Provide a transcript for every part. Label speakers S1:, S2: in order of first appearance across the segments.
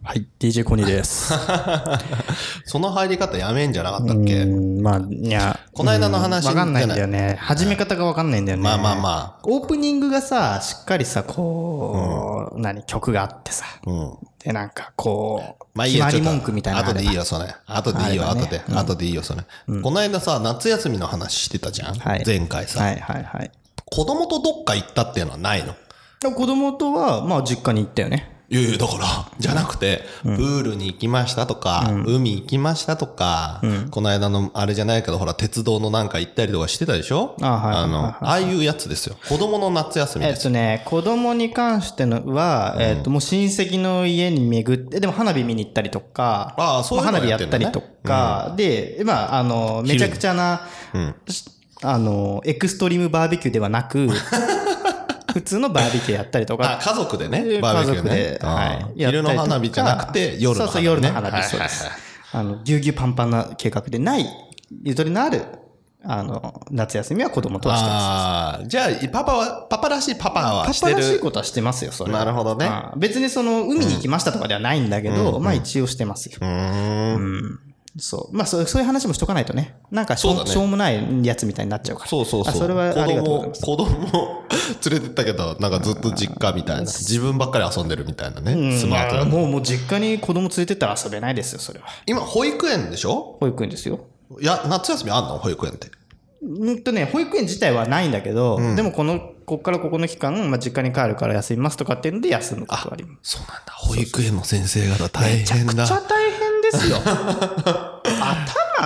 S1: はい、DJ コニ ーです。
S2: その入り方やめんじゃなかったっ
S3: う
S2: け
S3: んまあ、いや。
S2: この間の話
S3: うんわかんないんだ
S2: じゃ
S3: よね。始め方がわかんないんだよね。
S2: まあまあまあ。
S3: オープニングがさ、しっかりさ、こう、何、曲があってさ。
S2: うん。
S3: で、なんかこう、
S2: まあいい
S3: 決
S2: よ。
S3: ま
S2: ちょ
S3: り
S2: っと
S3: 文句みたいなのあ
S2: 後
S3: れば
S2: でいいよ、それ。後でいいよ、
S3: あれば
S2: 後
S3: ね
S2: で。後でいいよ、それ。この間さ、夏休みの話してたじゃん
S3: はい
S2: 前回
S3: は
S2: さ。
S3: いはいはい。
S2: 子供とどっか行ったっていうのはないの
S3: でも子供とは、まあ実家に行ったよね。
S2: いやいや、だから、じゃなくて、プールに行きましたとか、海行きましたとか、この間のあれじゃないけど、ほら、鉄道のなんか行ったりとかしてたでしょ
S3: あはい
S2: あの、ああいうやつですよ。子供の夏休み
S3: え
S2: で
S3: っ
S2: す。
S3: とね、子供に関してのは、えっと、もう親戚の家に巡って、でも花火見に行ったりとか、
S2: ああそういうの
S3: ま花火や
S2: やっ
S3: って
S2: ん
S3: た
S2: だね
S3: りとか、で、まあ、あの、めちゃくちゃな、しあの、エクストリームバーベキューではな く、普通のバーベキューやったりと
S2: あ
S3: か、
S2: 家族で
S3: 家
S2: ね、バーベキュー
S3: 族
S2: ね
S3: で。
S2: あ
S3: は
S2: あ
S3: いやったりと
S2: 昼の
S3: か
S2: 花火じゃなくて、夜の
S3: そう
S2: 花火ね。
S3: そう、夜の花
S2: は
S3: 火、
S2: いはい
S3: そう
S2: は
S3: で
S2: い
S3: す。あの、ぎゅうぎゅうパンパンな計画でない、ゆとりのある、あの、夏休みは子供とはしてます。
S2: ああ、じゃあ、パパは、パパらしいパパは
S3: パ
S2: し
S3: パ
S2: て
S3: らしい
S2: る。
S3: ことはしてますよ、それは。
S2: なるほどね
S3: ああ別にその、海に行きましたとかではないんだけど、まあ一応してますよ。
S2: うーん。
S3: そう。まあそうそういう話もしとかないとね。なんかしょ
S2: そうだ
S3: う
S2: ね
S3: しょうもないやつみたいになっちゃうから。
S2: そうそうそう。
S3: あそれは
S2: 子
S3: ありがとうござい
S2: 供、
S3: ます。
S2: 子供 連れてったけど、なんかずっと実家みたいな。自分ばっかり遊んでるみたいなね。スマート
S3: うん
S2: な。
S3: もう、もう実家に子供連れてったら遊べないですよ、それは。
S2: 今、保育園でしょ
S3: 保育園ですよ。
S2: いや、夏休みあんの保育園って。
S3: うんとね、保育園自体はないんだけど、でもこの、こっからここの期間、まあ実家に帰るから休みますとかっていうので休むことはあります。
S2: そうなんだ。保育園の先生方大変
S3: めちゃ
S2: だ。
S3: 大変ですよ。頭が。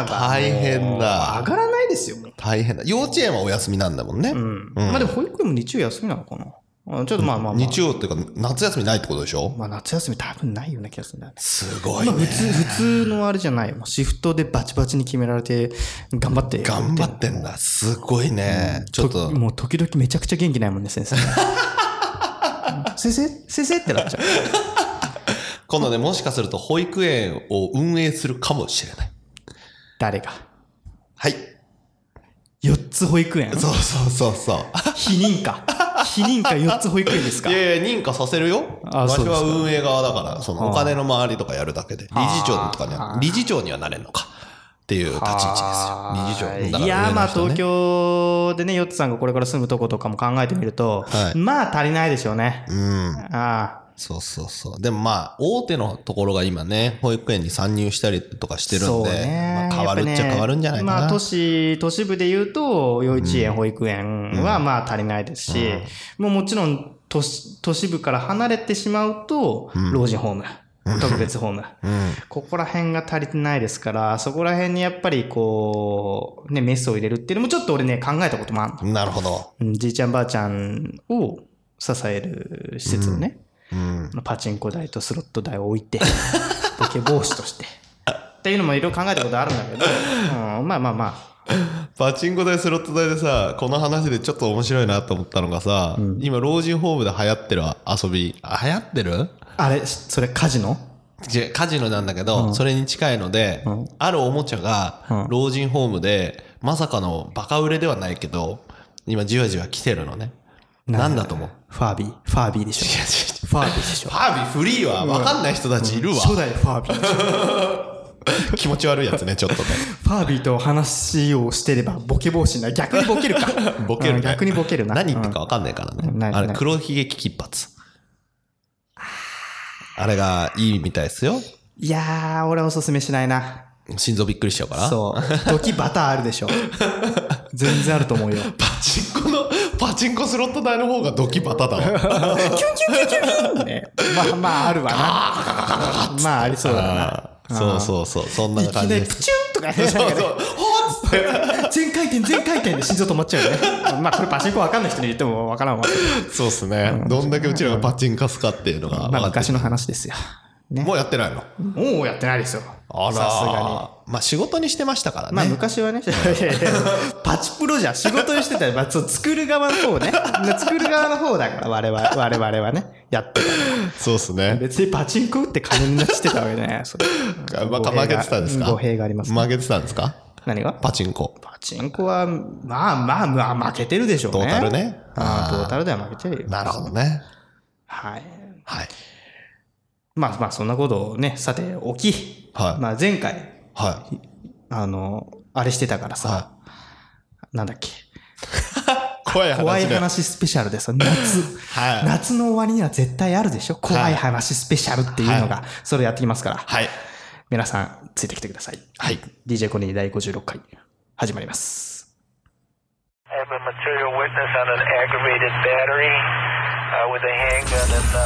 S2: 大変
S3: 上
S2: だ。
S3: がらないですよ、もう
S2: 大変だ。幼稚園はお休みなんだもんね。
S3: まあでも保育園も日曜休みなのかなあちょっとまあまあまあ。
S2: 日曜っていうか、夏休みないってことでしょ
S3: まあ夏休み多分ないような気がするんだよね。
S2: すごい
S3: まあ普
S2: ね。
S3: 通、普通のあれじゃないよ。もうシフトでバチバチに決められて、頑張って。
S2: 頑張ってんだ。すごいね。ちょっと。
S3: もう時々めちゃくちゃ元気ないもんね、先 生。先生先生ってなっちゃう。
S2: 今度ね、もしかすると保育園を運営するかもしれない。
S3: 誰が。
S2: はい。
S3: 4つ保育園
S2: そうそうそうそう。
S3: 否認か。否認か4つ保育園ですか
S2: い。やいや、認可させるよ。
S3: あ
S2: 私
S3: そうで
S2: は
S3: すか
S2: 運営側だから、そのお金の周りとかやるだけで、理事長とかには、理事長にはなれんのか。っていう立ち位置ですよ。理事長だから
S3: いや
S2: 上の人ね
S3: まあ東京でねヨッツさんがこれから住むとことかも考えてみると、
S2: はい
S3: まあ足りないでしょうね、
S2: うん。
S3: あ
S2: そうそうそう。でもまあ、大手のところが今ね、保育園に参入したりとかして
S3: あ
S2: るんで、まあ、変わるっ
S3: や
S2: ち
S3: ぱね
S2: ゃ変わるんじゃないかな。
S3: まあ都市都市部で言うと幼稚園、保育園はまあ足りないですし、もうもちろん都市都市部から離れてしまうと、老人ホーム特別ホーム、
S2: うん。
S3: ここら辺が足りてないですからそこら辺にやっぱりこうねメスを入れるっていうのもちょっと俺ね考えたこともあるの
S2: なるほど。
S3: うんじいちゃんばあちゃんを支える施設をね、
S2: うん。
S3: まあパチンコ台とスロット台を置いてでけ防止としてっていうのもいろいろ考えたことあるんだけど、うん、まあまあま
S2: パチンコ台スロット台でさこの話でちょっと面白いなと思ったのがさ、今老人ホームで流行ってる遊びあ流行ってる
S3: ああれそれカジノ
S2: 違うカジノなんだけど、それに近いので、あるおもちゃが
S3: うん
S2: 老人ホームでまさかのバカ売れではないけど今じわじわ来てるのねなんだと思う
S3: ファービーファービーでしょファービーでし
S2: フ
S3: ょ
S2: ァービーフリーは分かんない人たちいるわ、
S3: 初代ファービーでしょ
S2: 気持ち悪いやつねちょっ とね
S3: ファービーと話をしてればボケ防止になる逆にボケるか
S2: ボケる
S3: う
S2: ね
S3: ん逆にボケるな
S2: 何言ってるか分かんないからね、
S3: うんない
S2: あれ
S3: ない
S2: 黒ひげ危機一髪あれがいいみたいですよ
S3: いやー俺はおすすめしないな
S2: 心臓びっくりしちゃうから
S3: そう時バターあるでしょ全然あると思うよ
S2: パチンコのパチンコスロット台の方がドキバタだ わ
S3: ね、まあまああるわな。まあありそうだ
S2: そうそうそうそん
S3: な。
S2: ない
S3: き
S2: 感じ
S3: なり
S2: で
S3: プ
S2: す
S3: チュンとかね、
S2: そう
S3: なんか
S2: そう
S3: ね
S2: ほっつって
S3: 全回転全回転で心臓止まっちゃうよね。ま あこれパチンコわかんない人に言ってもわからんわ。
S2: そうっすねどんだけうちらがパチンカスかっていうのが
S3: まあ
S2: 分かっ
S3: 昔の話ですよ。
S2: て
S3: ね。
S2: もうやってないの
S3: もうやってないですよ。
S2: あら
S3: さすが
S2: にまあ仕事にしてましたから
S3: に。まあ
S2: ね
S3: 昔はね、 いやいやいやパチプロじゃん仕事にしてたら、まあ、そう作る側の方ね。作る側の方だから我々我々はね、やって
S2: そうっす
S3: た。
S2: ね
S3: 別にパチンコ打って金になってたわけじゃない。それ
S2: まあ負けてたんですか
S3: 語弊がありますね
S2: 負けてたんですか
S3: 何が
S2: パチンコ
S3: パチンコは、まあまあまあ負けてるでしょうね。
S2: トータルね
S3: ああ
S2: あー
S3: トータルでは負けてるよ。
S2: なるほどね
S3: はい。
S2: はい
S3: まあまあ、そんなことをね、さておき、
S2: はい
S3: まあ前回、
S2: はい。
S3: あの、あれしてたからさ、
S2: は
S3: なんだっけ、
S2: 怖い話で。
S3: 怖い話スペシャルで さ、夏、
S2: はい。
S3: 夏の終わりには絶対あるでしょ怖い話スペシャルっていうのが、それやってきますから、
S2: はい。
S3: 皆さんついてきてください。
S2: はい。
S3: DJ コニー第56回、始まります。
S1: I have a material witness on an aggravated battery uh, with a handgun and. Uh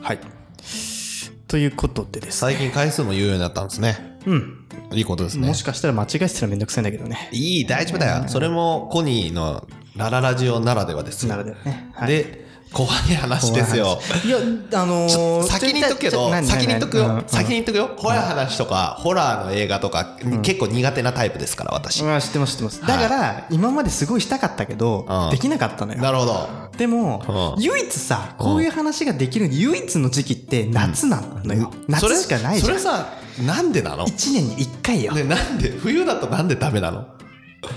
S3: はい。ということでですね。
S2: 最近回数も言うようになったんですね。
S3: うん。
S2: いいことですね
S3: も。しかしたら間違えてたらめんどくさいんだけどね。
S2: いい、大丈夫だよ。それもコニーのラララジオならではですよ。
S3: なるでね。はい
S2: で、怖い話ですよ。。
S3: いや、あの
S2: ちょ
S3: ー、
S2: 先に言っとくけ
S3: ちょ
S2: ど、
S3: ちょちょ
S2: 先に言っとくよ
S3: 何。
S2: 先に言っとくよ。怖い話とか、ホラーの映画とか、結構苦手なタイプですから、私。
S3: 何うん、知ってます、知ってます。だから、今まですごいしたかったけど
S2: うん、
S3: できなかったのよ。
S2: なるほど。
S3: でも、
S2: うん
S3: 唯一さ、こういう話ができる唯一の時期って夏なのよ。
S2: それ
S3: 夏しかないじゃん。
S2: それさ、なんでなの
S3: 1年に1回よ。
S2: ね、なんで、冬だとなんでダメなの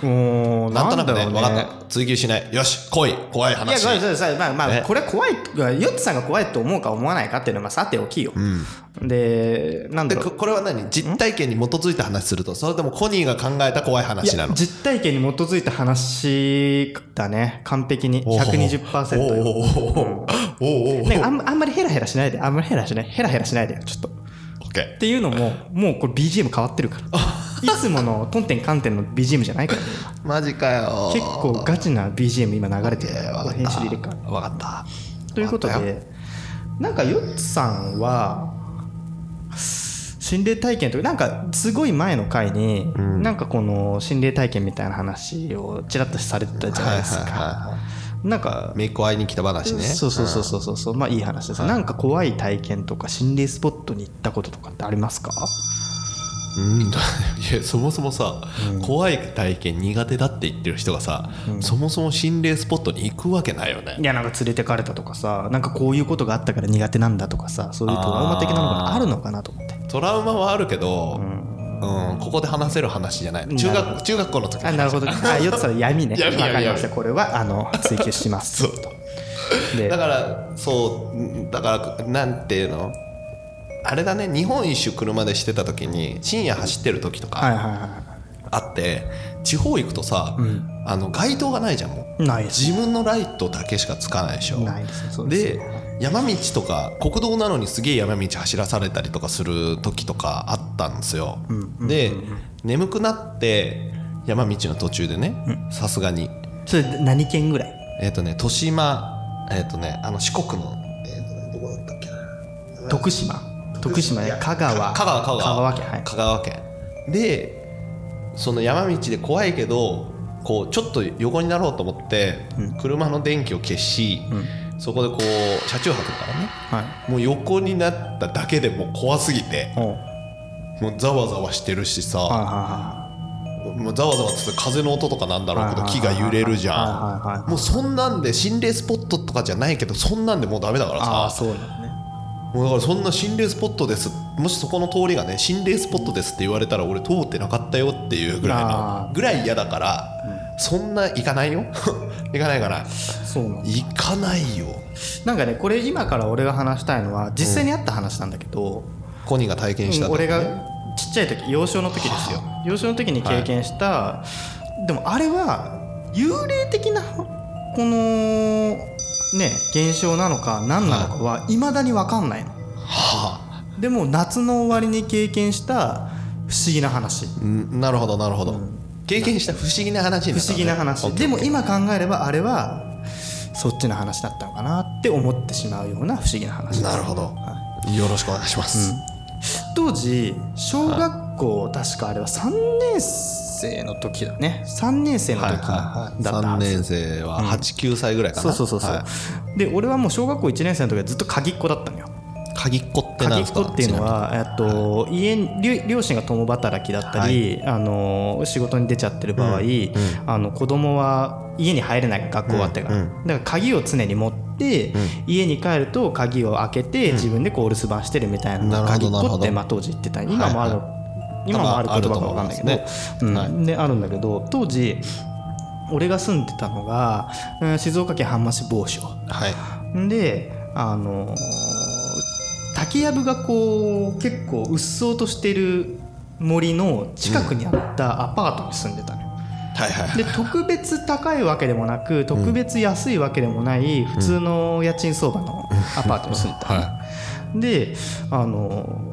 S3: もう
S2: なんとなく
S3: だ
S2: ね、
S3: ろう
S2: 分かった。追求しない。よし、来い。怖
S3: い
S2: い
S3: や、
S2: 話。
S3: これ、そうそうまあまあ、
S2: ね
S3: これ怖い、ヨッツさんが怖いと思うか思わないかっていうのは、まあ、さておきよ。
S2: うん。
S3: で、なんだ
S2: で
S3: ろう
S2: こ。これは何実体験に基づいた話するとそれともコニーが考えた怖い
S3: い
S2: 話な
S3: や
S2: の
S3: 実体験に基づいた話だね完璧に
S2: おー
S3: 120%
S2: おー
S3: よ
S2: おーおーおーおーおー
S3: なんかあんあんまりヘラヘラしないであんまりヘラヘラしないヘラヘラしないでよちょっとっ
S2: オッケー
S3: ていうのももうこれ BGM 変わってるからいつものトンテンカンテンの BGM じゃないからね
S2: マジかよ
S3: 結構ガチな BGM 今流れてる
S2: えー
S3: こ
S2: わ
S3: れ
S2: か
S3: 編集で入れ
S2: っ
S3: る
S2: た
S3: から
S2: 分かった
S3: ということ
S2: わかっ
S3: でなんかヨッツさんは心霊体験というかなんかすごい前の回に、
S2: ん
S3: なんかこの心霊体験みたいな話をちらっとされてたじゃないですか、
S2: はいはいはいは
S3: なんか
S2: めいっ子会いに来た話ね
S3: そうそうそうそうそうそう、まあいい話です、なんか怖い体験とか心霊スポットに行ったこととかってありますか
S2: うんいやそもそもさ、怖い体験苦手だって言ってる人がさ、そもそも心霊スポットに行くわけないよね
S3: いやなんか連れてかれたとかさなんかこういうことがあったから苦手なんだとかさそういうトラウマ的なのがあるのかなと思って
S2: トラウマはあるけど、うんここで話せる話じゃないの中
S3: なる
S2: 学中学校の時の
S3: あ
S2: 話
S3: なるほどねあよっさん闇ね
S2: 闇闇
S3: わかりました
S2: 闇
S3: これはあの追求します
S2: そう
S3: で
S2: だからそううんだからなんていうのあれだね日本一周車でしてた時に深夜走ってる時と
S3: はい
S2: か
S3: はいは
S2: あって、地方行くとさ、
S3: ん
S2: あの街灯がないじゃんもう
S3: いないです
S2: 自分のライトだけしかつかないでしょ
S3: ないですねそうです
S2: で山道とか国道なのにすげえ山道走らされたりとかする時とかあったんですよ、で眠くなって山道の途中でねさすがに
S3: それ何県ぐらい
S2: えっ、とね豊島えっ、とねあの四国のえっ、とねどこだったっけな
S3: 徳島徳島や香川
S2: 香川香川
S3: 県はい
S2: 香川県でその山道で怖いけどこうちょっと横になろうと思って、車の電気を消し、そこでこう車中泊だからね
S3: はい
S2: もう横になっただけでもう怖すぎて
S3: おう
S2: もうざわざわしてるしさ、
S3: はいはいは
S2: もうざわざわって風の音とかなんだろうけど
S3: はいはい
S2: 木
S3: は
S2: が
S3: い
S2: 揺れるじ
S3: はいはい
S2: ゃ
S3: は
S2: んもうそんなんで心霊スポットとかじゃないけどそんなんでもうダメだか
S3: い
S2: ら
S3: ああ
S2: さ
S3: そうなんね
S2: もうだからそんな心霊スポットですもしそこの通りがね心霊スポットですって言われたら俺通ってなかったよっていうぐらい
S3: あ
S2: のぐらい嫌だから、そんな行かないよ 行かないかな
S3: そうなん
S2: 行かないよ
S3: なんかねこれ今から俺が話したいのは実際にあった話なんだけど、
S2: コニーが体験した
S3: うん
S2: とかね
S3: 俺がちっちゃい時幼少の時ですよ幼少の時に経験した、でもあれは幽霊的なこのね現象なのか何なのかは未だに分かんないの
S2: は
S3: でも夏の終わりに経験した不思議な話
S2: あんなるほどなるほど、経験した不思議な話に
S3: 不
S2: った
S3: 思
S2: ね
S3: 議な話
S2: オッケ
S3: で
S2: ー
S3: も今考えればあれはそっちの話だったのかなって思ってしまうような不思議な話です
S2: なるほど、よろしくお願いします、
S3: 当時小学校確かあれは3年生の時だね3年生の時だったはず、
S2: 3年生は89、歳ぐらいかな
S3: そうそうそうそう、
S2: はい
S3: で俺はもう小学校1年生の時はずっと鍵っ子だったのよ
S2: 鍵っ子って
S3: 鍵
S2: 何
S3: っ
S2: です
S3: 子
S2: か
S3: っていうのは、えっと、家に両両親が共働きだったり、あの仕事に出ちゃってる場合、あの子供は家に入れない学校終わってから、
S2: うん
S3: だから鍵を常に持って、家に帰ると鍵を開けて、自分でこう留守番してるみたいなのが
S2: なるほ
S3: 鍵っ
S2: どなる
S3: 子
S2: ほ
S3: っ
S2: ど
S3: て、まあ、当時言ってた今もある
S2: は
S3: 今もある言葉か分かんないけど
S2: あると思います
S3: うん
S2: ねはい
S3: であるんだけど当時俺が住んでたのが、うん静岡県半町某所
S2: はい
S3: であのー竹やぶがこう結構うっそうとしてる森の近くにあったアパートに住んでたの、よ
S2: はいはい
S3: で特別高いわけでもなく特別安いわけでもない普通の家賃相場のアパートに住んでた、
S2: は
S3: であの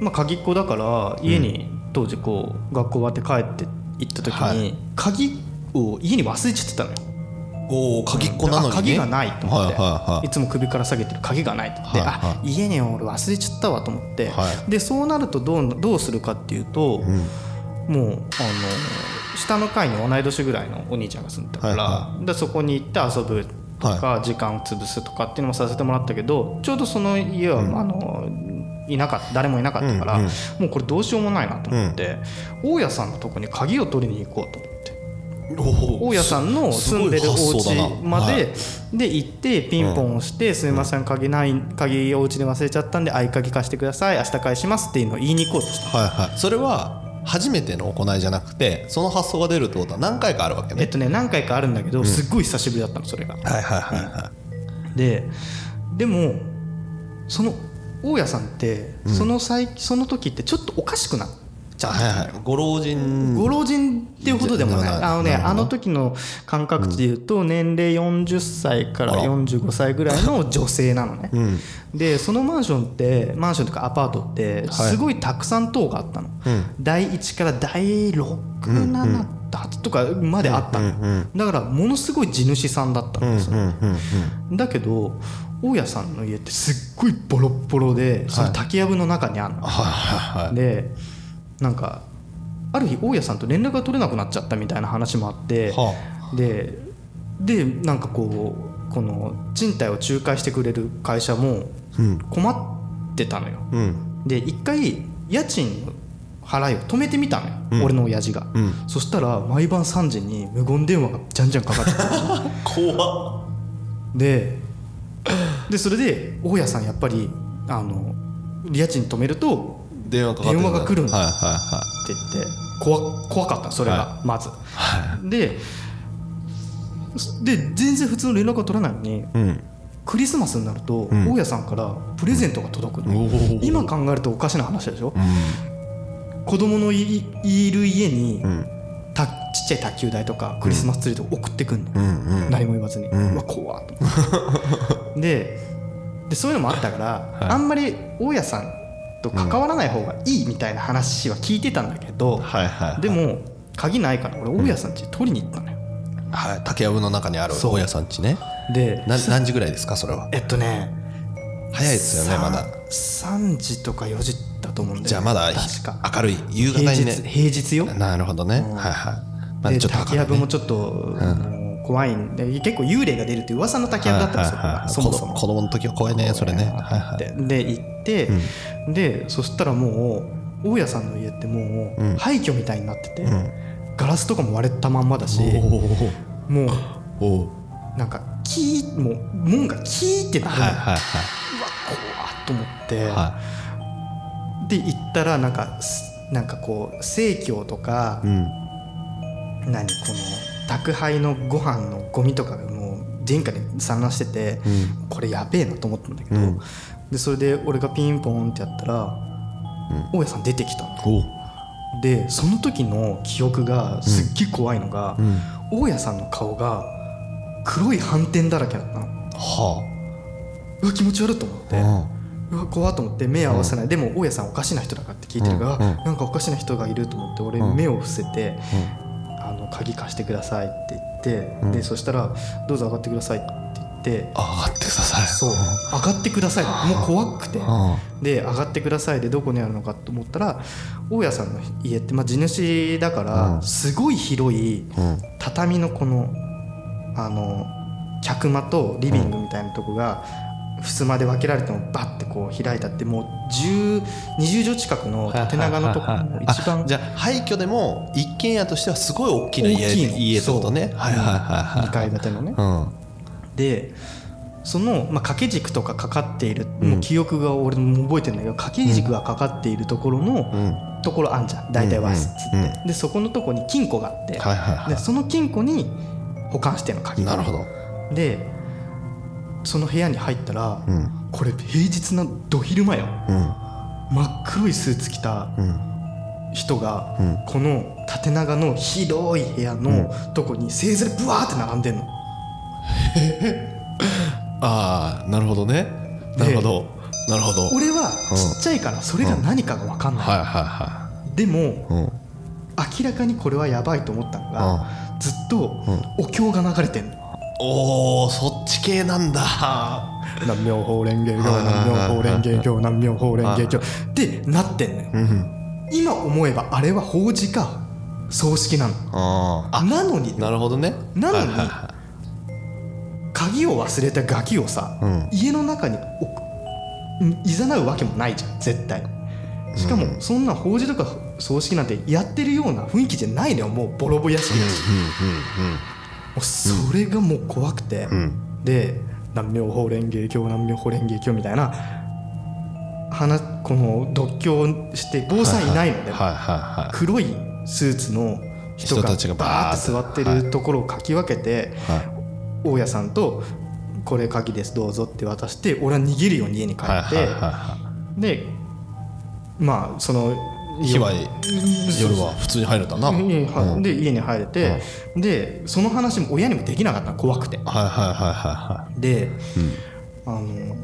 S3: まあ鍵っ子だから家に当時こう学校終わって帰って行った時
S2: は
S3: に鍵を家に忘れちゃってたのよ
S2: いおお鍵っ子なのに、ね、
S3: あ鍵がないと思って、
S2: はいはいはい
S3: つも首から下げてる鍵がないと思って、
S2: はいはい
S3: あ家に俺忘れちゃったわと思って、
S2: は
S3: でそうなるとどうどうするかっていうと、もうあの下の階に同い年ぐらいのお兄ちゃんが住んでたから,、
S2: は
S3: でそこに行って遊ぶとか、時間を潰すとかっていうのもさせてもらったけどちょうどその家は、あのいなかった誰もいなかったから、
S2: うんうん
S3: もうこれどうしようもないなと思って、大家さんのとこに鍵を取りに行こうと思って。
S2: おお
S3: 大家さんの住んでるお家までで行ってピンポンをして「すみません鍵ない鍵お家で忘れちゃったんで合鍵貸してください明日返します」っていうのを言いに行こうとした
S2: はいはいそれは初めての行いじゃなくてその発想が出るってことは何回かあるわけね
S3: えっとね何回かあるんだけどすっごい久しぶりだったのそれが
S2: はいはいはいは
S3: ででもその大家さんってその最その時ってちょっとおかしくなっちゃっ
S2: い
S3: たのよ
S2: はいはいご老人
S3: ご老人っていうほどでもない、
S2: うん
S3: あのね
S2: なるほど
S3: あの時の感覚値でいうと年齢40歳から
S2: あら
S3: 45歳ぐらいの女性なのね、
S2: ん
S3: でそのマンションってマンションとかアパートって
S2: はい
S3: すごいたくさん棟があったの、
S2: ん
S3: 第1から第67とかまであったの、だからものすごい地主さんだったんですよ、
S2: うんうんうん
S3: だけど大家さんの家ってすっごいボロッボロでその竹やぶの中にあるの、
S2: はいはいはい
S3: でなんかある日大家さんと連絡が取れなくなっちゃったみたいな話もあって、
S2: は
S3: ででなんかこうこの賃貸を仲介してくれる会社も
S2: うん
S3: 困ってたのよ
S2: うん
S3: で一回家賃の払いを止めてみたのよ、俺の親父が、
S2: ん
S3: そしたら毎晩3時に無言電話がじゃんじゃんかかって くる
S2: 怖っ
S3: ででそれで大家さんやっぱりあの家賃止めると
S2: 電話かかって
S3: 電話が来るんだ
S2: はいはいは
S3: って言って怖怖かったのそれが
S2: は
S3: まず、でそで全然普通の連絡が取らないのに
S2: い
S3: クリスマスになると
S2: ん
S3: 大家さんからプレゼントが届くの、
S2: うん
S3: 今考えるとおかしな話でしょ
S2: う、ん
S3: 子供のいいる家に、
S2: うん
S3: たちっちゃい卓球台とかクリスマスツリーとか送ってくんの、
S2: うんうん
S3: 何も言わずに、うんわ怖っと思ってででそういうのもあったから、
S2: い
S3: あんまり大家さんと関わらない方がいいみたいな話は聞いてたんだけど、
S2: はいはいはい
S3: でも鍵ないから俺大家さん家取りに行ったのよ、
S2: はい竹やぶの中にある
S3: そう
S2: 大家さん家ね
S3: で
S2: な何時ぐらいですかそれは
S3: えっとね
S2: 早いですよねまだ
S3: さん3時とか4時だと思うんだよね
S2: じゃあまだ
S3: 確か
S2: 明るい夕方
S3: 平
S2: に
S3: 日
S2: ね
S3: 平日よ
S2: なるほどね
S3: うん
S2: はいはいまだ
S3: で
S2: ちょっと
S3: 竹
S2: 明る
S3: や
S2: い
S3: ぶも
S2: ね
S3: ちょっと、もう怖いんで結構幽霊が出るって噂の竹やぶだったんですよ、
S2: はいはいはい
S3: そもそも
S2: 子供子供の時は怖いねそれねはいはい
S3: でで行って、でそしたらもう大家さんの家ってもう、
S2: うん
S3: 廃墟みたいになってて、
S2: ん
S3: ガラスとかも割れたまんまだしもう
S2: おお
S3: なんかキーもう門がキーってなるの、
S2: はい
S3: 怖っ
S2: はい
S3: と思って、
S2: はいはい
S3: で行ったらなんかすなんかこう生協とか、
S2: うん
S3: 何この宅配のご飯のゴミとかがもう殿下に散乱してて、
S2: うん
S3: これやべえなと思ったんだけど、
S2: うん
S3: でそれで俺がピンポンってやったら、大家さん出てきたの
S2: お
S3: でその時の記憶がすっげえ怖いのが、
S2: うん
S3: 大家さんの顔が黒い斑点だらけだったの
S2: は
S3: うわ気持ち悪いと思って、
S2: あ
S3: うわ怖っと思って目合わせない、でも大家さんおかしな人だからって聞いてるから、
S2: うんうん
S3: なんかおかしな人がいると思って俺
S2: うん
S3: 目を伏せて、
S2: うん
S3: あの鍵貸してくださいって言って、
S2: うん
S3: でそしたらどうぞ上がってくださいって言って
S2: あ上がってください
S3: そう上がってくださいもう怖くて
S2: あ
S3: で上がってくださいでどこにあるのかと思ったら大家さんの家って、まあ、地主だか
S2: う
S3: ら
S2: ん
S3: すごい広い
S2: うん
S3: 畳のこのあの客間とリビングみたいなとこが襖で分けられてもバッてこう開いたってもう10 20畳近くの縦長のとこの一
S2: あ
S3: 番
S2: じゃあ廃墟でも一軒家としてはすごい大きな
S3: 大きいの
S2: 家家ってことね
S3: そう
S2: はいはいはいはい
S3: 2階建てのね
S2: うん
S3: でその、まあ、掛け軸とかかかっている、もう記憶が俺も覚えてるんだけど掛け軸がかかっているところの、
S2: うん
S3: ところあんじゃん大体はっつって、
S2: うんうん
S3: でそこのとこに金庫があって、
S2: はいはい
S3: で
S2: は
S3: その金庫に保管してんの鍵
S2: い
S3: が
S2: なるほど
S3: でその部屋に入ったら、
S2: うん
S3: これ平日のど昼間よ
S2: うん
S3: 真っ黒いスーツ着た
S2: うん
S3: 人が、
S2: うん
S3: この縦長の広い部屋のとこに製図でブワーって並んでんの
S2: ああなるほどねなるほどなるほどはい
S3: 俺はちっちゃいからそれが何かが分かんない、
S2: はいは
S3: でも
S2: いうん
S3: 明らかにこれはやばいと思ったの
S2: うん
S3: が、ずっとお経が流れてんの
S2: おーそっち系なんだ
S3: 南無法蓮華経南無法蓮華経南無法蓮華経ってなってんのよ
S2: うん
S3: 今思えばあれは法事か葬式なの
S2: あー
S3: なのに
S2: あなるほどね
S3: なのに
S2: はいはいはい
S3: 鍵を忘れたガキをさ、
S2: うん
S3: 家の中に置くいざなうわけもないじゃん絶対しかもそんな法事とか葬式なんてやってるような雰囲気じゃないのよもうボロボロ屋敷だしもうそれがもう怖くて、
S2: うんうんうん
S3: で南無法蓮華経南無法蓮華経みたいな話この独居して防災いないので、
S2: はいはいはい
S3: 黒いスーツの人
S2: 人
S3: が
S2: たちが
S3: バー
S2: バー
S3: って座
S2: ッと
S3: ってるところをかき分けて、
S2: は
S3: 大家さんと「これ鍵ですどうぞ」って渡して俺は逃げるように家に帰って、
S2: はいはいはいは
S3: でまあその
S2: い日は
S3: 夜
S2: 夜は普通に入れたなうんはいはい
S3: で家に入れて、でその話も親にもできなかった怖くて
S2: はいはいは
S3: で、あの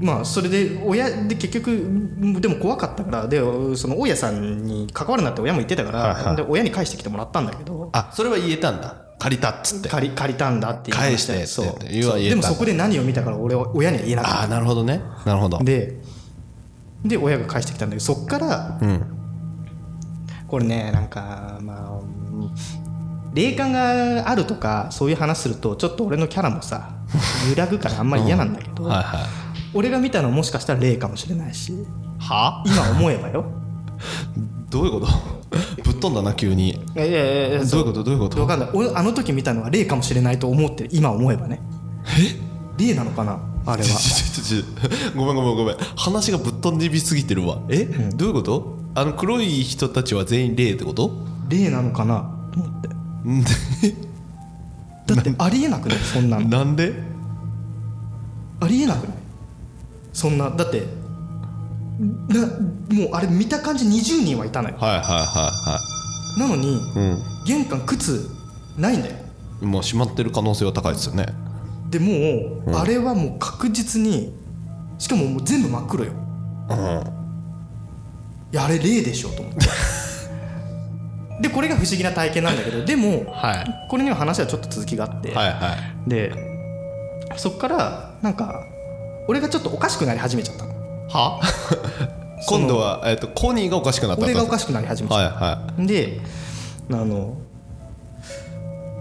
S3: まあそれで親で結局でも怖かったからでその大家さんに関わるなって親も言ってたから、
S2: はいはい
S3: で親に返してきてもらったんだけど
S2: いあそれは言えたんだ借りたっつって
S3: 借り借りたんだって言いましたよ
S2: 返してっ
S3: そ
S2: て
S3: う
S2: って言うは言え
S3: で
S2: たん
S3: も
S2: だ
S3: そこで何を見たから俺は親には言えなか
S2: あ
S3: っ
S2: あなるほどねなるほど
S3: たでで親が返してきたんだけどそっから
S2: うん
S3: これねなんかまあうん霊感があるとかそういう話するとちょっと俺のキャラもさ揺らぐからあんまり嫌なんだけど、
S2: はいはい
S3: 俺が見たのもしかしたら霊かもしれないし
S2: は
S3: 今思えばよ
S2: どういうこと ぶっ飛んだな急 に
S3: いやいやいや
S2: どういうことどういうこ
S3: 分
S2: と
S3: かんない俺あの時見たのは霊かもしれないと思ってる今思えばねえ霊なのかなあれは
S2: ちょちょちょちょごめんごめんごめん話がぶっ飛んでみすぎてるわえ、どういうことあの黒い人たちは全員霊ってこと
S3: 霊なのかなと思って
S2: んで
S3: だってありえなくないそんなの
S2: なんで
S3: ありえなくないそんなだってなもうあれ見た感じ20人はいたのよ
S2: はいはいは
S3: なのに
S2: いはい
S3: 玄関靴ないんだよ
S2: うんもう閉まってる可能性は高いですよね
S3: でもう、あれはもう確実にしかももう全部真っ黒よ
S2: うん
S3: いやあれ霊でしょと思って でこれが不思議な体験なんだけどでも、
S2: はい
S3: これには話はちょっと続きがあって、
S2: はいはい
S3: でそっからなんか俺がちょっとおかしくなり始めちゃったの
S2: は
S3: その
S2: 今度は、えっとコニーがおかしくなった
S3: 俺がおか
S2: し
S3: しくなり始めちゃった
S2: はいは
S3: であの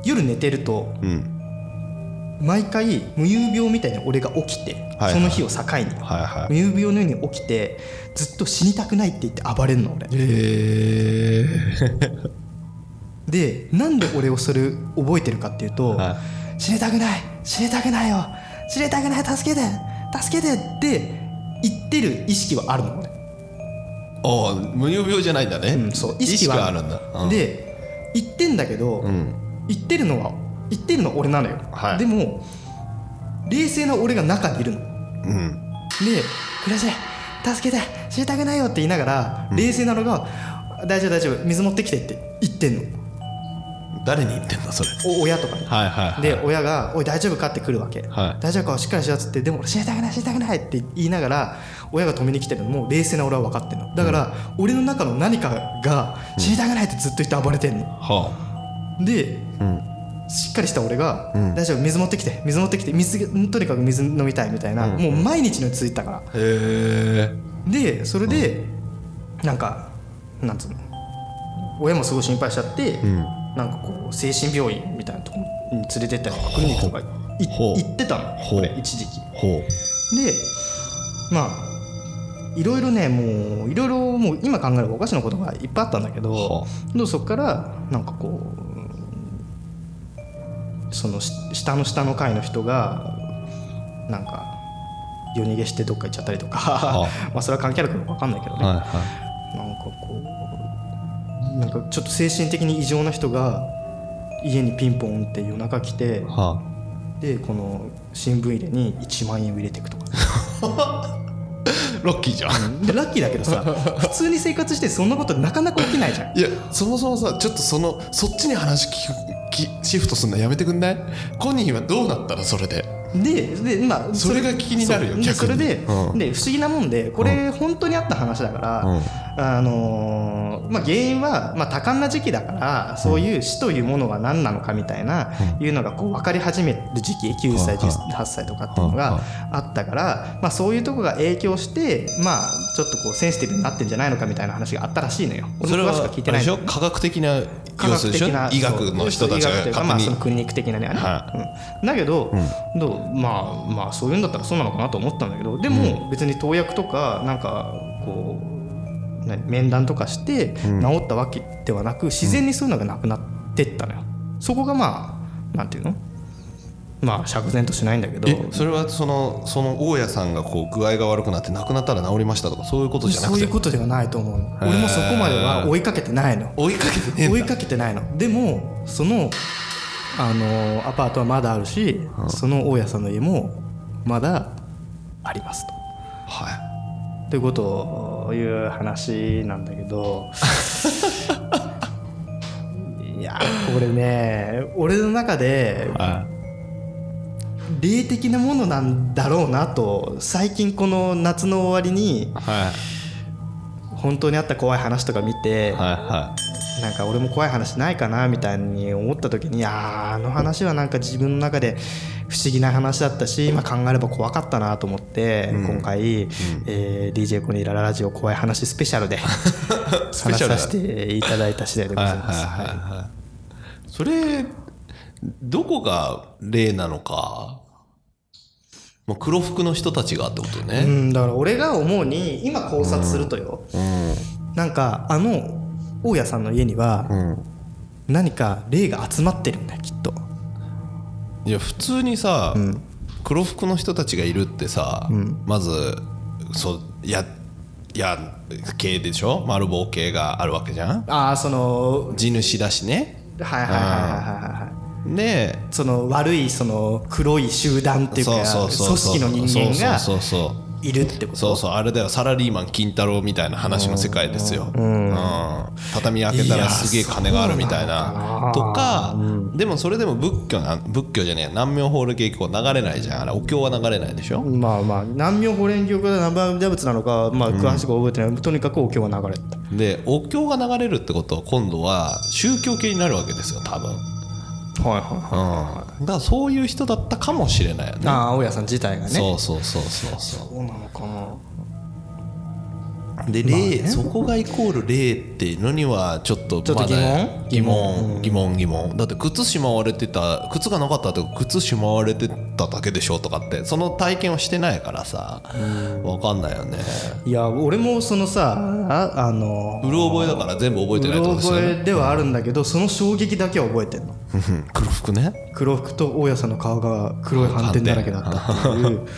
S3: 夜寝てると
S2: いうん
S3: 毎回無遊病みたいに俺が起きて、
S2: はいはい
S3: その日を境に、
S2: はいは
S3: 無
S2: い
S3: 遊病のように起きてずっと死にたくないって言って暴れるの俺
S2: えー、
S3: でなんで俺をそれ覚えてるかっていうと、
S2: は
S3: 死にたくない死にたくないよ死にたくない助けて助けてって言ってる意識はあるの俺
S2: おう無遊病じゃないんだね、
S3: うんそう意識は
S2: あるんだ、うん、
S3: で言ってんだけど、
S2: うん
S3: 言ってるのは言ってるのは俺なのよ、
S2: はい
S3: でも冷静な俺が中にいるので
S2: うん
S3: 「暮らし助けて死にたくないよ」って言いながら、冷静なのが「大丈夫大丈夫水持ってきて」って言ってんの
S2: 誰に言ってんだそれ
S3: お親とかに、
S2: はいはいはい
S3: で親が「おい大丈夫か?」って来るわけ「
S2: はい
S3: 大丈夫かしっかりしよう」っつって「でも俺死にたくない死にたくない」って言いながら親が止めに来てるのも冷静な俺は分かってんのだから、俺の中の何かが「死にたくない」ってずっと言って暴れてんの、
S2: は
S3: で
S2: あうん
S3: しっかりした俺が「
S2: ん
S3: 大丈夫水持ってきて水持ってきて水とにかく水飲みたい」みたいな、もう毎日のように続いてたから
S2: へえ
S3: でそれで、なんかなんつうの親もすごい心配しちゃって、なんかこう精神病院みたいなとこに連れてったりとかクリニックとかい
S2: ほう
S3: 行ってたの
S2: ほう
S3: 俺一時期
S2: ほう
S3: でまあいろいろねもういろいろもう今考えればおかしなことがいっぱいあったんだけど
S2: は
S3: でもそこからなんかこうそのし下の下の階の人がなんか夜逃げしてどっか行っちゃったりとか まあそれは関係あるかも分かんないけどね、
S2: はいは
S3: なんかこうなんかちょっと精神的に異常な人が家にピンポンって夜中来て
S2: いは
S3: でこの新聞入れに1万円を入れていくとか
S2: あロッキーじゃん
S3: でラッキーだけどさ普通に生活してそんなことなかなか起きないじゃん
S2: いやそもそもさちょっとそのそっちに話聞くきシフトするのやめてくんないコニーはどうなったのそれで
S3: でで、まあ、
S2: それが気になるよ
S3: そう
S2: 逆に
S3: それで,、
S2: うん
S3: で不思議なもんでこれ本当にあった話だから、
S2: う
S3: あのーまあ、原因は、まあ、多感な時期だからそういう死というものが何なのかみたいな、いうのがこう分かり始める時期9歳
S2: はい
S3: 18歳とかっていうの
S2: は
S3: が
S2: い
S3: あったから、まあ、そういうとこが影響して、まあ、ちょっとこうセンシティブになってんじゃないのかみたいな話があったらしいのよ。俺も詳しくは聞いてないんだけど
S2: 科学的な
S3: 科学的な
S2: 医学の人たち
S3: そう医学というか
S2: が
S3: まあ、
S2: 勝手
S3: その
S2: に
S3: クリニック的なね、
S2: は
S3: うん、だけど,、どうまあまあそういうんだったらそうなのかなと思ったんだけどでも別に投薬とかなんかこう何面談とかして治ったわけではなく、自然にそういうのがなくなってったのよそこがまあなんていうのまあ釈然としないんだけど
S2: えそれはそのその大家さんがこう具合が悪くなって亡くなったら治りましたとかそういうことじゃな
S3: そう
S2: く
S3: い
S2: て
S3: うことではないと思うの俺もそこまでは追いかけてないの
S2: 追いかけてねえんだ
S3: 追いかけてないのでもそのあのアパートはまだあるし、その大家さんの家もまだありますと。
S2: は
S3: ということをいう話なんだけ どいやこれね俺の中で
S2: いは
S3: 霊的なものなんだろうなと最近この夏の終わりに
S2: いはい
S3: 本当にあった怖い話とか見て、
S2: は
S3: なんか俺も怖い話ないかなみたいに思った時にいやーあの話はなんか自分の中で不思議な話だったし今考えれば怖かったなと思って、今回、えー DJ コニーラララジオ怖い話スペシャルで
S2: スペシャル
S3: 話させていただいた次第で
S2: い
S3: ご
S2: はい
S3: ざ
S2: はい
S3: います。はい
S2: はいそれどこが例なのかもう黒服の人たちがってこと
S3: う
S2: ね
S3: ん、だから俺が思うに今考察するとよ、なんかあの大家さんの家には
S2: うん
S3: 何か霊が集まってるんだよきっと。
S2: いや普通にさ、黒服の人たちがいるってさ、まずそうやや系でしょ丸棒系があるわけじゃん
S3: ああその
S2: 地主だしね
S3: はいはいはいはいはいはい。
S2: で
S3: その悪いその黒い集団っていうか
S2: そう
S3: 組
S2: そうそう
S3: 織の人間が
S2: そうそうそう
S3: いるってこと
S2: そうそうあれだよサラリーマン金太郎みたいな話の世界ですよ、うん畳開けたらすげえ金があるみたいなとかでもそれでも仏教な仏教じゃねえ南明法令系こう流れないじゃんあれお経は流れないでしょ、
S3: まあまあ南明法蓮教か南蛮陀仏なのかまあ詳しくは覚えてない、とにかくお経は流れてた
S2: でお経が流れるってことは今度は宗教系になるわけですよ多分、うん、
S3: はいはいはい
S2: だからそういう人だったかもしれないよね
S3: ああ青谷さん自体がね
S2: そうそうそうそうそ
S3: そうなのかな
S2: うで、霊そこがイコール霊っていうのにはちょっと
S3: ちょっと
S2: まだ
S3: 疑問
S2: 疑問疑問疑問だって靴しまわれてた靴がなかったって靴しまわれてただけでしょとかってその体験をしてないからさわかんないよね
S3: いや俺もそのさああの
S2: うる覚えだから全部覚えて
S3: う
S2: ない
S3: ろ
S2: ってことですよ
S3: 覚
S2: ね
S3: えではあるんだけどその衝撃だけは覚えてんの
S2: うんうん 黒服ね
S3: 黒服と大家さんの顔が黒い斑点だらけだったっていう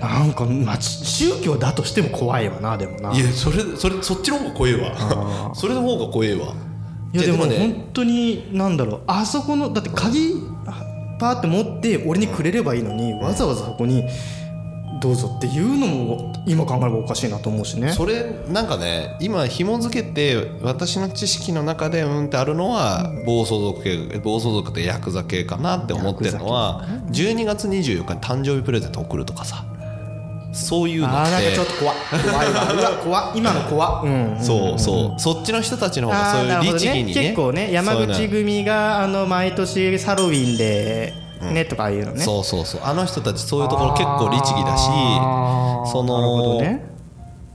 S3: なんか、まあ、ち宗教だとしても怖いわなでもない
S2: やそれそれそっちの方が怖えわ それの方が怖えわ
S3: いや
S2: じ
S3: で
S2: ゃあ
S3: も
S2: ね
S3: 本当に何だろうあそこのだって鍵パーって持って俺にくれればいいのにわざわざそこにどうぞっていうのも今考えればおかしいなと思うしね
S2: それなんかね今紐付けて私の知識の中でうんってあるのは暴走族系暴走族ってヤクザ系かなって思ってるのは12月24日に誕生日プレゼント送るとかさそういうの
S3: あー
S2: っ
S3: なんか
S2: て
S3: ちょっと怖い怖いわうわ怖い今の怖いうん
S2: そうそうそっちの人たちの方が
S3: あ
S2: そ
S3: ー
S2: う
S3: なる
S2: いう
S3: ほど
S2: 律儀にね
S3: 結構ね山
S2: そうい
S3: 口
S2: うの
S3: 組があの毎年サロウィンでね、とかいうのね
S2: そうそうそうあの人たちそういうところ結構律儀だし
S3: あー
S2: そ
S3: なるほ
S2: の
S3: どね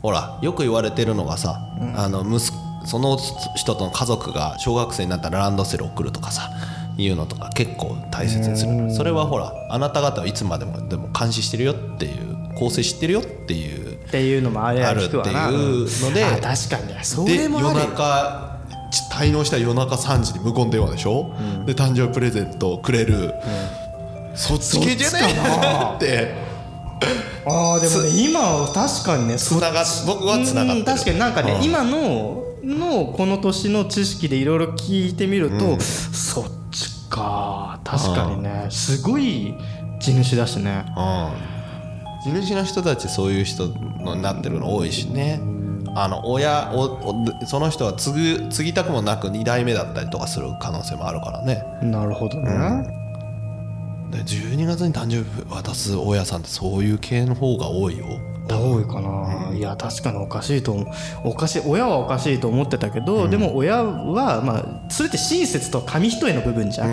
S2: ほらよく言われてるのがさ、あの息子その人との家族が小学生になったらランドセル送るとかさいうのとか結構大切にするそれはほらあなた方はいつまでもでも監視してるよっていう構成してるよっていう
S3: っていうのもあれ
S2: あ
S3: は
S2: る
S3: 聞
S2: って
S3: く
S2: い
S3: わなうん
S2: うので
S3: あ確かにねそ
S2: で
S3: れ
S2: 夜
S3: もあるよ
S2: 中ち滞納した夜中3時に無言電話でしょ、で誕生日プレゼントをくれる、そっち系じゃね
S3: そっちかな
S2: って
S3: ああでもね今は確かにね
S2: つなが僕はつながって
S3: うん
S2: る
S3: 確かになんかね、
S2: うん
S3: 今ののこの年の知識でいろいろ聞いてみると、
S2: うん
S3: そっちか確かにねすごい地主だしね
S2: うん、地主の人たちそういう人のになってるの多いしねあの親をおその人は継ぐ継ぎたくもなく2代目だったりとかする可能性もあるからね
S3: なるほどね、
S2: で12月に誕生日渡す親さんってそういう系の方が多いよ
S3: 多いかな、いや確かにおかしいと思うおかしい親はおかしいと思ってたけど、でも親はまあそれって親切と紙一重の部分じゃ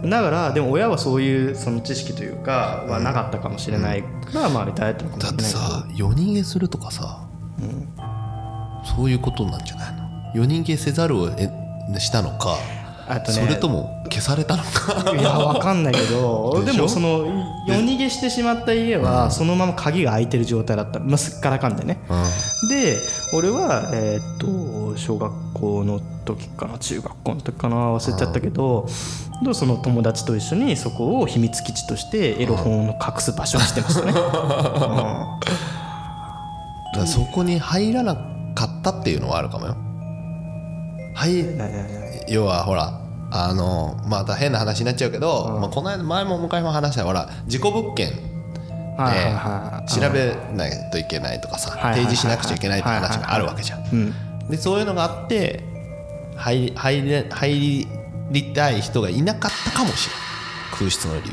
S3: ん、だからでも親はそういうその知識というかはなかったかもしれないから、まああれだったのかもし
S2: だ
S3: れ
S2: っ
S3: ない
S2: て
S3: けど
S2: さ夜逃げするとかさ、そういうことなんじゃないの夜逃げせざるを得したのか、
S3: あとね
S2: それとも消されたのか
S3: いやわかんないけど
S2: で
S3: で
S2: しょ
S3: もその夜逃げしてしまった家はそのまま鍵が開いてる状態だった、まあ、すっからかんでねで俺はえーっと小学校の時かな中学校の時かな忘れちゃったけど、でその友達と一緒にそこを秘密基地としてエロ本を隠す場所にしてましたね、う
S2: だからそこに入らなかったっていうのはあるかもよ入
S3: んなになになに
S2: 要はほらあのまた変な話になっちゃうけど、まあ、この間前も向井も話したほら事故物件
S3: はいはいはい
S2: 調べないといけないとかさ
S3: はいはいはい
S2: 提示しなくちゃいけないって話があるわけじゃん。
S3: うん
S2: でそういうのがあって入り入れ入りたい人がいなかったかもしれない空室の理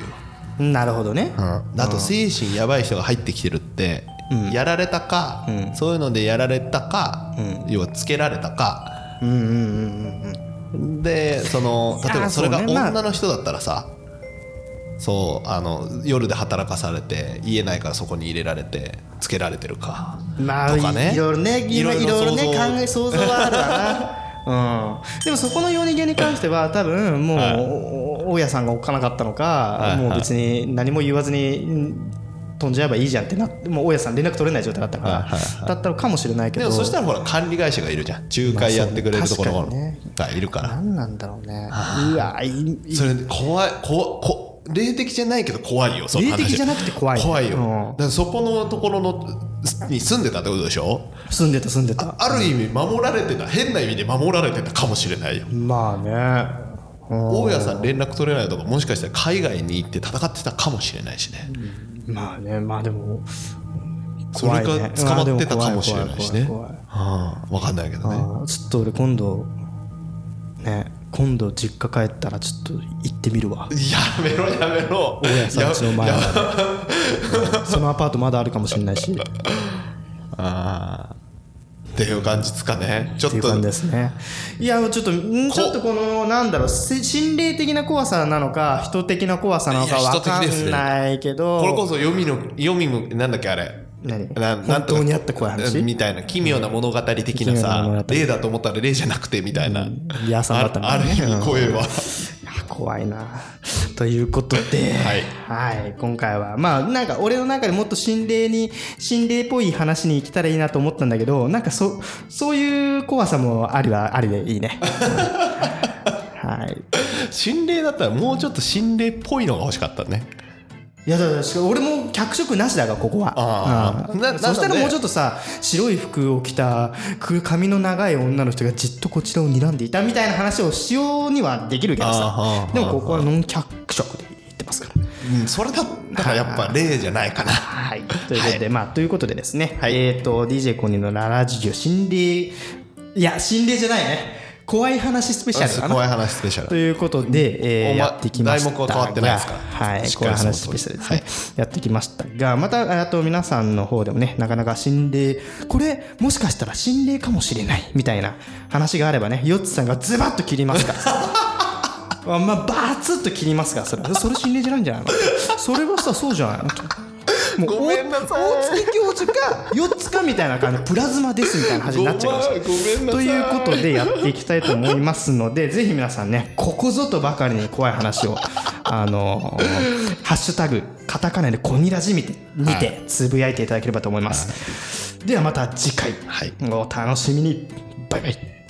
S2: 由
S3: なるほどね、
S2: は、あと精神やばい人が入ってきてるって、やられたか、
S3: うん
S2: そういうのでやられたか、要はつけられたか
S3: うん、うんうんうんうん
S2: でその
S3: いや
S2: 例えばそれが
S3: そうねまあ
S2: 女の人だったらさそうあの夜で働かされて言えないからそこに入れられてつけられてるか
S3: まあ、
S2: とかね
S3: いろいろねいろいろいろいろね
S2: 想像
S3: 考え想像はあるわな、うん、でもそこの夜逃げに関しては多分もう、
S2: はい
S3: お大家さんがおっかなかったのか、
S2: いはい
S3: もう別に何も言わずにうん飛んじゃえばいいじゃんってなってもう大家さん連絡取れない状態だったから、
S2: はいはいは
S3: だったのかもしれないけ
S2: で
S3: ど
S2: もそしたらほら管理会社がいるじゃん仲介やってくれるところ
S3: まあそうね
S2: がいるから
S3: 何なんだろうねうわいい
S2: それ怖いここ霊的じゃないけど怖いよその
S3: 霊
S2: 話
S3: 的じゃなくて怖い
S2: 怖いよ、
S3: うん
S2: だからそこのところのすに住んでたってことでしょ
S3: 住んでた住んでた
S2: あある意味守られてた変な意味で守られてたかもしれないよ
S3: まあねうん
S2: 大家さん連絡取れないとかもしかしたら海外に行って戦ってたかもしれないしね、
S3: まあねまあでも
S2: それ
S3: 怖い
S2: か
S3: ね
S2: 捕まってたかもしれないし
S3: う
S2: ね
S3: んでも怖い怖い怖い怖い
S2: 分かんないけどね
S3: あーちょっと俺今度ね今度実家帰ったらちょっと行ってみるわ
S2: やめろやめろ
S3: 大家さんちの前
S2: や
S3: ま
S2: や
S3: で うんそのアパートまだあるかもしれない しっ
S2: あーっていう感じですかねちょって
S3: いう
S2: と
S3: 感じですねいやちょっとんちょっとこのなんだろうせ心霊的な怖さなのか人的な怖さなのか
S2: いや
S3: わ
S2: 人的
S3: か
S2: ですね
S3: んないけど
S2: これこそ読みの読みのなんだっけあれ
S3: 何
S2: ななん
S3: 本
S2: とか
S3: 当にあった怖い話
S2: みたいな奇妙な物語的な
S3: うん奇妙な物
S2: さ
S3: 語
S2: 霊だと思ったら霊じゃなくてみたいな、
S3: いやさんだったみた
S2: あ
S3: い
S2: る
S3: なね
S2: ある意味声は、
S3: あ怖いなということで、
S2: はい
S3: はい今回はまあなんか俺の中でもっと心霊に心霊っぽい話に行けたらいいなと思ったんだけどなんかそそういう怖さもありはありでいい ねはい
S2: 心霊だったらもうちょっと心霊っぽいのが欲しかったね
S3: いやだからしか俺も脚色なしだがここ
S2: あ
S3: は
S2: あ、
S3: うん
S2: ななので
S3: そしたらもうちょっとさ白い服を着たく髪の長い女の人がじっとこちらを睨んでいたみたいな話をしようにはできるけど
S2: あ
S3: さ
S2: あ
S3: でもここはノン脚色で言ってますから。
S2: うんそれだったらやっぱ霊じゃないかな
S3: はい、ということで、まあということでですね、えっ、と DJ コニーのララジオ心霊いや心霊じゃないね怖い話スペシャルかな
S2: 怖い話スペシャ
S3: と
S2: ル
S3: いうことで、え
S2: お
S3: ー
S2: ま
S3: やってきました
S2: 題目は変わってないですから
S3: はい、
S2: しっか
S3: 怖い
S2: りその
S3: 話スペシャルですね、やってきましたがまたあと皆さんの方でもねなかなか心霊これもしかしたら心霊かもしれないみたいな話があればねヨッツさんがズバッと切り ますからあまあバツッと切りますからそれそれ心霊じゃないんじゃないのそれはさそうじゃないのもう
S2: ごめんなさい
S3: 大大月教授か4つかみたいな感じプラズマですみたいな話になっちゃいました
S2: ごめんご
S3: と
S2: め
S3: い
S2: んな
S3: う
S2: さい
S3: ことでやっていきたいと思いますのでぜひ皆さんねここぞとばかりに怖い話をあのーハッシュタグカタカナでコニラジみてにてつぶやいていただければと思います、ではまた次回
S2: はい
S3: お楽しみにバイバイ